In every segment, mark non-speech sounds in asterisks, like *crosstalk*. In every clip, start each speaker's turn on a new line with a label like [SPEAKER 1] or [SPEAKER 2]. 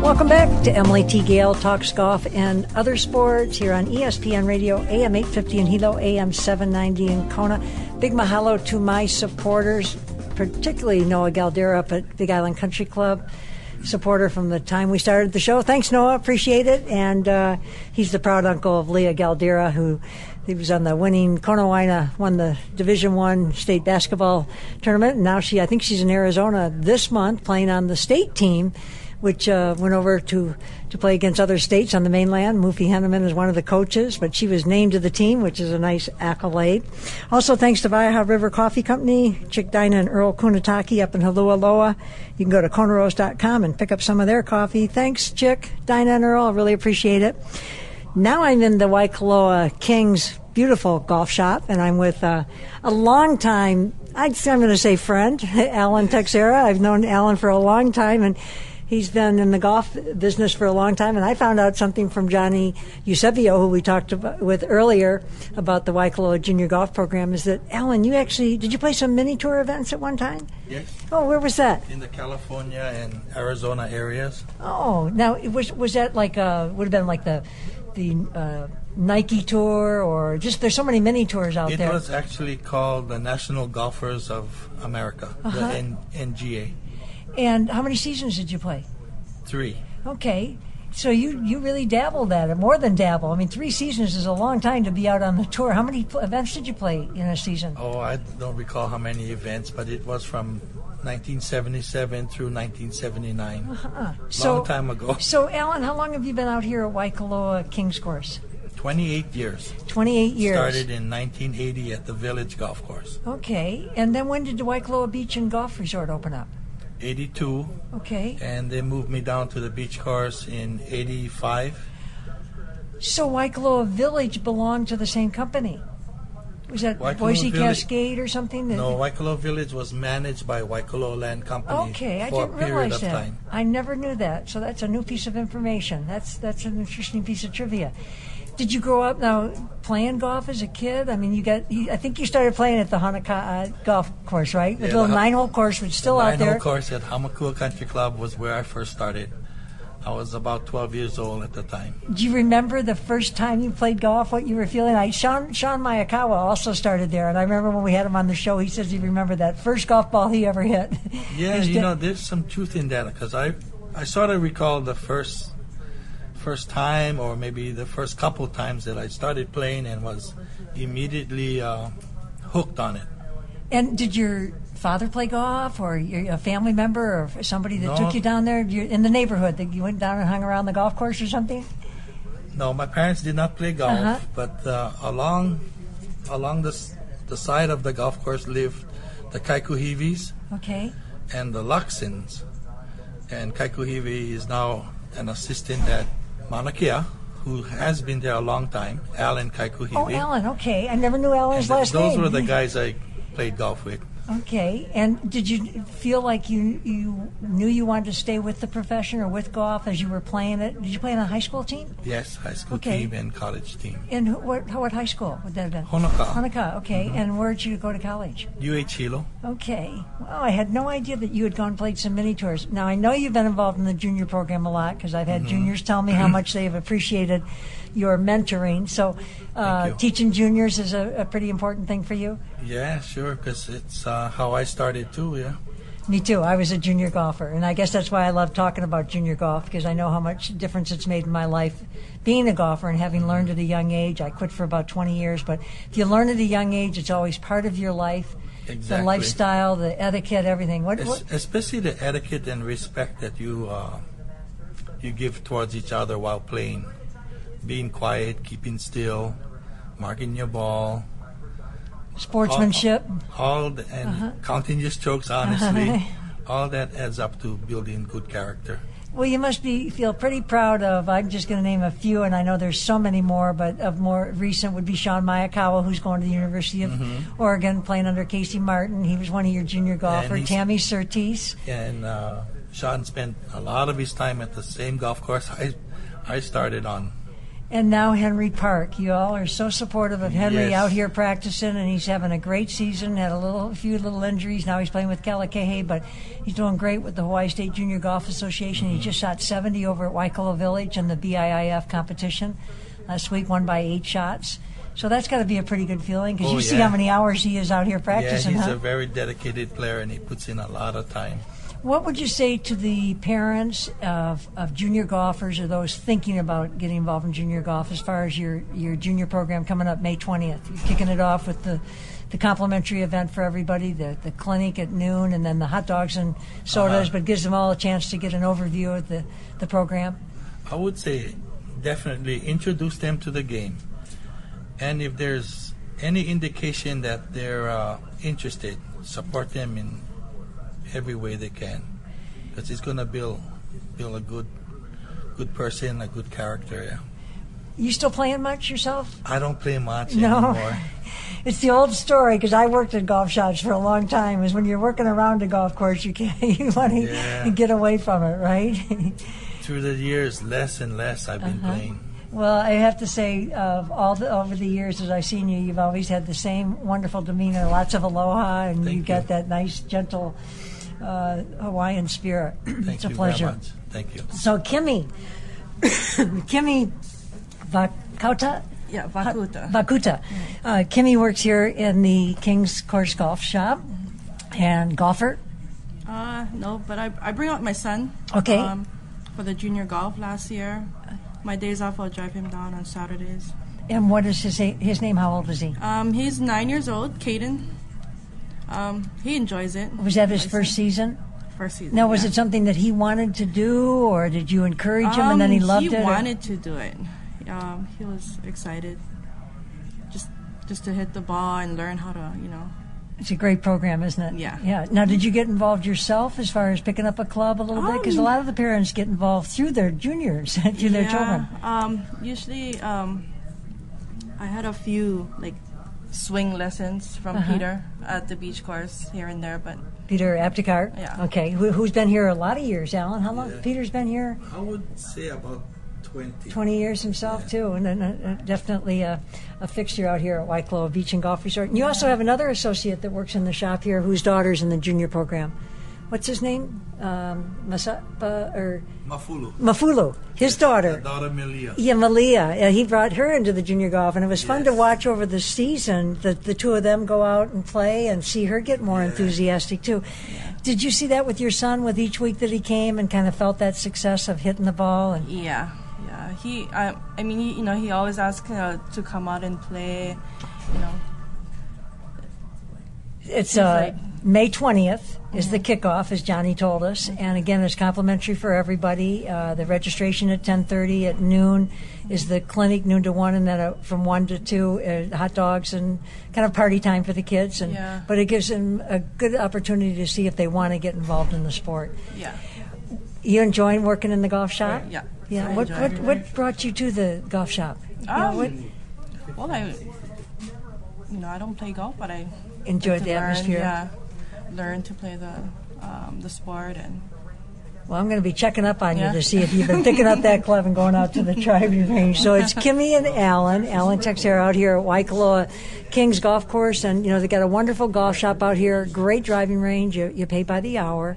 [SPEAKER 1] Welcome back to Emily T. Gale Talks Golf and Other Sports here on E ESPN Radio, AM 850 in Hilo, AM 790 in Kona. Big mahalo to my supporters, particularly Noah Galdera up at Big Island Country Club, supporter from the time we started the show. Thanks, Noah. Appreciate it. And uh, he's the proud uncle of Leah Galdera, who he was on the winning Kona Wina, won the Division One state basketball tournament. And now she, I think she's in Arizona this month playing on the state team which uh, went over to, to play against other states on the mainland. Mufi Henneman is one of the coaches, but she was named to the team, which is a nice accolade. Also, thanks to Vieja River Coffee Company, Chick Dinah and Earl Kunataki up in Halua You can go to conaros.com and pick up some of their coffee. Thanks, Chick, Dinah, and Earl. I really appreciate it. Now I'm in the Waikoloa Kings beautiful golf shop, and I'm with uh, a long time, I'd say I'm going to say friend, *laughs* Alan Texera. I've known Alan for a long time, and he's been in the golf business for a long time, and I found out something from Johnny Eusebio, who we talked about, with earlier about the Waikoloa Junior Golf Program, is that Alan, you actually did you play some mini tour events at one time?
[SPEAKER 2] Yes,
[SPEAKER 1] Oh, where was that?
[SPEAKER 2] in the California and Arizona areas.
[SPEAKER 1] Oh, now it was was that like uh would have been like the the uh, Nike tour or just there's so many mini tours out
[SPEAKER 2] It
[SPEAKER 1] there.
[SPEAKER 2] was actually called the National Golfers of America, the
[SPEAKER 1] Uh-huh.
[SPEAKER 2] N- NGA.
[SPEAKER 1] And how many seasons did you play?
[SPEAKER 2] Three.
[SPEAKER 1] Okay. So you, you really dabbled at it, more than dabble. I mean, three seasons is a long time to be out on the tour. How many pl- events did you play in a season?
[SPEAKER 2] Oh, I don't recall how many events, but it was from 1977 through 1979. Long
[SPEAKER 1] *laughs*
[SPEAKER 2] time ago.
[SPEAKER 1] Uh-huh. So, Alan, how long have you been out here at Waikoloa Kings Course?
[SPEAKER 2] 28 years.
[SPEAKER 1] 28 years.
[SPEAKER 2] Started in 1980 at the Village Golf Course.
[SPEAKER 1] Okay. And then when did the Waikoloa Beach and Golf Resort open up?
[SPEAKER 2] 82,
[SPEAKER 1] Okay.
[SPEAKER 2] and they moved me down to the beach course in 85.
[SPEAKER 1] So Waikoloa Village belonged to the same company. Was that
[SPEAKER 2] Waikoloa
[SPEAKER 1] Boise
[SPEAKER 2] Village-
[SPEAKER 1] Cascade or something? that-
[SPEAKER 2] No, Waikoloa Village was managed by Waikoloa Land Company
[SPEAKER 1] Okay, I
[SPEAKER 2] for
[SPEAKER 1] didn't
[SPEAKER 2] a period
[SPEAKER 1] realize
[SPEAKER 2] of
[SPEAKER 1] that.
[SPEAKER 2] time.
[SPEAKER 1] I never knew that. So that's a new piece of information. That's that's an interesting piece of trivia. Did you grow up now playing golf as a kid? I mean, you got. You, I think you started playing at the Hanukkah uh, golf course, right? The
[SPEAKER 2] Yeah,
[SPEAKER 1] little
[SPEAKER 2] the Hun-
[SPEAKER 1] nine-hole course, which is still out
[SPEAKER 2] Nine
[SPEAKER 1] there.
[SPEAKER 2] hole course at Hamakua Country Club was where I first started. I was about 12 years old at the time.
[SPEAKER 1] Do you remember the first time you played golf? What you were feeling? I Sean Sean Mayakawa also started there, and I remember when we had him on the show. He says he remembered that first golf ball he ever hit.
[SPEAKER 2] *laughs* Yeah,
[SPEAKER 1] His
[SPEAKER 2] you
[SPEAKER 1] da-
[SPEAKER 2] know, there's some truth in that because I, I sort of recall the first, first time or maybe the first couple times that I started playing and was immediately uh, hooked on it.
[SPEAKER 1] And did your father play golf, or your, a family member, or somebody that took
[SPEAKER 2] No.
[SPEAKER 1] you down there you, in the neighborhood that you went down and hung around the golf course or something?
[SPEAKER 2] No, my parents did not play golf,
[SPEAKER 1] Uh-huh.
[SPEAKER 2] but uh, along along the s- the side of the golf course lived the Kaikuhivis
[SPEAKER 1] Okay.
[SPEAKER 2] and the Luxins. And Kaikuhivi is now an assistant at Mauna Kea, who has been there a long time, Alan Kaikuhivi.
[SPEAKER 1] Oh, Alan. Okay, I never knew Alan's
[SPEAKER 2] And
[SPEAKER 1] last
[SPEAKER 2] those
[SPEAKER 1] name.
[SPEAKER 2] were the guys I played golf with.
[SPEAKER 1] *laughs* Okay, and did you feel like you you knew you wanted to stay with the profession or with golf as you were playing it? Did you play on a high school team?
[SPEAKER 2] Yes, high school
[SPEAKER 1] Okay.
[SPEAKER 2] team and college team.
[SPEAKER 1] And wh- what what high school would that have been?
[SPEAKER 2] Honoka. Mm-hmm.
[SPEAKER 1] Hanukkah. Okay, and where did you go to college?
[SPEAKER 2] UH Hilo.
[SPEAKER 1] Okay. Well, I had no idea that you had gone and played some mini tours. Now, I know you've been involved in the junior program a lot because I've had
[SPEAKER 2] Mm-hmm.
[SPEAKER 1] juniors tell
[SPEAKER 2] *clears throat*
[SPEAKER 1] me how much they have appreciated your mentoring. So, uh,
[SPEAKER 2] Thank you.
[SPEAKER 1] teaching juniors is a, a pretty important thing for you.
[SPEAKER 2] Yeah, sure, because it's uh, how I started too, yeah.
[SPEAKER 1] Me too. I was a junior golfer, and I guess that's why I love talking about junior golf because I know how much difference it's made in my life being a golfer and having learned at a young age. I quit for about 20 years, but if you learn at a young age, it's always part of your life. The
[SPEAKER 2] Exactly.
[SPEAKER 1] lifestyle, the etiquette, everything. What, what,
[SPEAKER 2] Es- especially the etiquette and respect that you uh, you give towards each other while playing, being quiet, keeping still, marking your ball,
[SPEAKER 1] sportsmanship.
[SPEAKER 2] all the, and
[SPEAKER 1] Uh-huh.
[SPEAKER 2] counting your
[SPEAKER 1] *laughs*
[SPEAKER 2] strokes honestly. all that adds up to building good character.
[SPEAKER 1] Well, you must be feel pretty proud of. I'm just going to name a few, and I know there's so many more, but of more recent would be Sean Mayakawa, who's going to the University of
[SPEAKER 2] Mm-hmm.
[SPEAKER 1] Oregon, playing under Casey Martin. He was one of your junior golfer.
[SPEAKER 2] he's-
[SPEAKER 1] Tammy Surtees.
[SPEAKER 2] And uh, Sean spent a lot of his time at the same golf course I I started on.
[SPEAKER 1] And now Henry Park. You all are so supportive of Henry
[SPEAKER 2] Yes.
[SPEAKER 1] out here practicing, and he's having a great season. Had a little, a few little injuries. Now he's playing with Kalakahe, but he's doing great with the Hawaii State Junior Golf Association.
[SPEAKER 2] Mm-hmm.
[SPEAKER 1] He just shot 70 over at Waikoloa Village in the BIIF competition last week, won by eight shots. So that's got to be a pretty good feeling because
[SPEAKER 2] Oh,
[SPEAKER 1] you see
[SPEAKER 2] yeah.
[SPEAKER 1] how many hours he is out here
[SPEAKER 2] Yeah,
[SPEAKER 1] practicing.
[SPEAKER 2] he's
[SPEAKER 1] huh?
[SPEAKER 2] a very dedicated player and he puts in a lot of time.
[SPEAKER 1] What would you say to the parents of, of junior golfers or those thinking about getting involved in junior golf as far as your, your junior program coming up May 20th? You're kicking it off with the, the complimentary event for everybody, the, the clinic at noon, and then the hot dogs and sodas, but gives them all a chance to get an overview of the, the program.
[SPEAKER 2] I would say definitely introduce them to the game. And if there's any indication that they're uh, interested, support them in every way they can. Because it's going to build build a good good person, a good character. Yeah.
[SPEAKER 1] You still playing much yourself?
[SPEAKER 2] I don't play much
[SPEAKER 1] No.
[SPEAKER 2] anymore.
[SPEAKER 1] It's the old story because I worked at golf shops for a long time. Is when you're working around a golf course, you can't *laughs* you want to
[SPEAKER 2] Yeah.
[SPEAKER 1] get away from it, right? *laughs*
[SPEAKER 2] Through the years, less and less I've been
[SPEAKER 1] Uh-huh.
[SPEAKER 2] playing.
[SPEAKER 1] Well, I have to say, uh, all the, over the years as I've seen you, you've always had the same wonderful demeanor, lots of aloha, and
[SPEAKER 2] Thank
[SPEAKER 1] you've got
[SPEAKER 2] you.
[SPEAKER 1] that nice, gentle uh, Hawaiian spirit.
[SPEAKER 2] Thank
[SPEAKER 1] it's a
[SPEAKER 2] you
[SPEAKER 1] pleasure.
[SPEAKER 2] very much. Thank you.
[SPEAKER 1] So, Kimmy, *coughs* Kimmy Vakauta.
[SPEAKER 3] Yeah, Vakuta.
[SPEAKER 1] Vakuta. Uh, Kimmy works here in the King's Course Golf Shop and golfer.
[SPEAKER 3] Uh, no, but I, I bring out my son. um,
[SPEAKER 1] Okay.
[SPEAKER 3] for the junior golf last year. My days off, I'll drive him down on Saturdays.
[SPEAKER 1] And what is his, his name? How old is he?
[SPEAKER 3] Um, he's nine years old, Caden. Um, he enjoys it.
[SPEAKER 1] Was that his first season?
[SPEAKER 3] First season.
[SPEAKER 1] Now, was
[SPEAKER 3] yeah.
[SPEAKER 1] it something that he wanted to do, or did you encourage him and then he
[SPEAKER 3] Um,
[SPEAKER 1] loved it? or-
[SPEAKER 3] wanted to do it. Um, he was excited, just just to hit the ball and learn how to, you know.
[SPEAKER 1] It's a great program, isn't it?
[SPEAKER 3] Yeah.
[SPEAKER 1] Yeah. Now, did you get involved yourself as far as picking up a club a little bit? Because a
[SPEAKER 3] Um,
[SPEAKER 1] lot of the parents get involved through their juniors, *laughs* through their
[SPEAKER 3] yeah,
[SPEAKER 1] children.
[SPEAKER 3] Um, usually, um, I had a few like swing lessons from
[SPEAKER 1] Uh-huh.
[SPEAKER 3] Peter at the beach course here and there, but
[SPEAKER 1] Peter Aptekart.
[SPEAKER 3] Yeah.
[SPEAKER 1] Okay. Who, who's been here a lot of years, Alan? How long?
[SPEAKER 2] Yeah.
[SPEAKER 1] Peter's been here
[SPEAKER 2] I would say about 20.
[SPEAKER 1] 20 years himself, too, and then uh, uh, definitely a, a fixture out here at Waikoloa Beach and Golf Resort. And you also have another associate that works in the shop here whose daughter's in the junior program. What's his name? Um, Masapa or
[SPEAKER 2] Mafulu.
[SPEAKER 1] Mafulu, his daughter.
[SPEAKER 2] Daughter Melia.
[SPEAKER 1] Yeah, Malia. Uh, he brought her into the junior golf, and it was fun to
[SPEAKER 2] Yes.
[SPEAKER 1] watch over the season that the two of them go out and play and see her get more
[SPEAKER 2] Yeah.
[SPEAKER 1] enthusiastic, too. Did you see that with your son with each week that he came and kind of felt that success of hitting the ball? And
[SPEAKER 3] yeah, yeah. He, I, I mean, he, you know, he always asks uh, to come out and play, you know.
[SPEAKER 1] It's
[SPEAKER 3] Seems
[SPEAKER 1] uh,
[SPEAKER 3] like-
[SPEAKER 1] May 20th is the kickoff, as Johnny told us. And again, it's complimentary for everybody. Uh, the registration at 10.30 at noon is the clinic, noon to 1, and then uh, from 1 to 2, uh, hot dogs and kind of party time for the kids. And,
[SPEAKER 3] Yeah.
[SPEAKER 1] But it gives them a good opportunity to see if they want to get involved in the sport.
[SPEAKER 3] Yeah,
[SPEAKER 1] You enjoying working in the golf shop?
[SPEAKER 3] yeah.
[SPEAKER 1] Yeah.
[SPEAKER 3] I
[SPEAKER 1] What,
[SPEAKER 3] enjoy
[SPEAKER 1] what,
[SPEAKER 3] it.
[SPEAKER 1] what brought you to the golf shop? You know,
[SPEAKER 3] Um,
[SPEAKER 1] what
[SPEAKER 3] Well, I, you know, I don't play golf, but I
[SPEAKER 1] enjoyed
[SPEAKER 3] to
[SPEAKER 1] the
[SPEAKER 3] learn,
[SPEAKER 1] atmosphere?
[SPEAKER 3] Yeah, learn to play the um, the sport and
[SPEAKER 1] Well, I'm going to be checking up on
[SPEAKER 3] Yeah.
[SPEAKER 1] you to see if you've been picking up that club and going out to the driving
[SPEAKER 3] *laughs*
[SPEAKER 1] range. So it's Kimmy and Alan. Alan Texera out here at Waikoloa Kings Golf Course. And, you know, they got a wonderful golf shop out here, great driving range. You, you pay by the hour.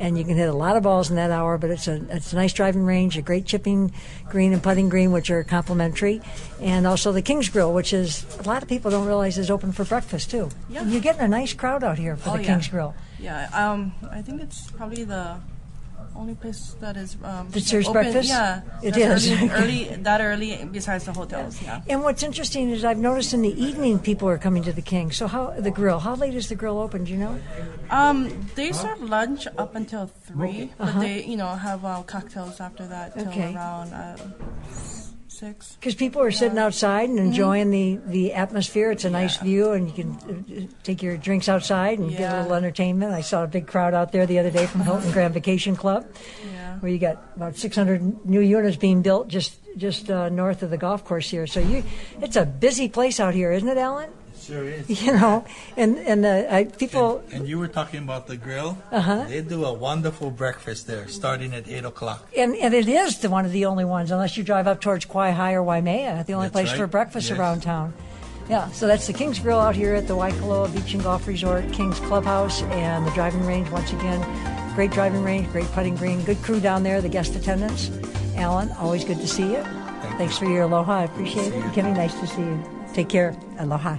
[SPEAKER 1] And you can hit a lot of balls in that hour, but it's a it's a nice driving range, a great chipping green and putting green, which are complimentary, and also the King's Grill, which is a lot of people don't realize is open for breakfast too.
[SPEAKER 3] Yeah.
[SPEAKER 1] You're getting a nice crowd out here for
[SPEAKER 3] Oh,
[SPEAKER 1] the
[SPEAKER 3] yeah.
[SPEAKER 1] King's Grill.
[SPEAKER 3] yeah. Um, I think it's probably the only place that is um,
[SPEAKER 1] That serves
[SPEAKER 3] open-
[SPEAKER 1] breakfast?
[SPEAKER 3] Yeah,
[SPEAKER 1] It
[SPEAKER 3] that's
[SPEAKER 1] is.
[SPEAKER 3] early, early that early besides the hotels. Yeah.
[SPEAKER 1] And what's interesting is I've noticed in the evening people are coming to the King. So how the grill? How late is the grill open? Do you know?
[SPEAKER 3] Um, they serve lunch up until 3 but they you know have um, cocktails after that till
[SPEAKER 1] Uh-huh. Okay.
[SPEAKER 3] around uh, s- six.
[SPEAKER 1] Because people are sitting outside
[SPEAKER 3] Mm-hmm.
[SPEAKER 1] and enjoying the, the atmosphere. It's a nice view, and you can uh, uh, take your drinks outside and get a
[SPEAKER 3] Yeah.
[SPEAKER 1] little entertainment. I saw a big crowd out there the other day from Hilton Grand Vacation Club,
[SPEAKER 3] Yeah.
[SPEAKER 1] where you got about 600 new units being built just just uh, north of the golf course here. So you, it's a busy place out here, isn't it, Alan? *laughs*
[SPEAKER 2] Sure is.
[SPEAKER 1] you know, and and uh, I, people.
[SPEAKER 2] And you were talking about the grill. Uh-huh. They do a wonderful breakfast there, starting at eight o'clock.
[SPEAKER 1] And, and it is the, one of the only ones, unless you drive up towards Kauai High or Waimea, the only
[SPEAKER 2] That's
[SPEAKER 1] place
[SPEAKER 2] right.
[SPEAKER 1] for breakfast
[SPEAKER 2] Yes.
[SPEAKER 1] around town. Yeah, so that's the Kings Grill out here at the Waikoloa Beach and Golf Resort, Kings Clubhouse, and the driving range once again. Great driving range, great putting green, good crew down there, the guest attendants. Alan, always good to see you.
[SPEAKER 2] you.
[SPEAKER 1] Thanks for your aloha, I appreciate it. Kimmy, nice to see you. Take care. Aloha.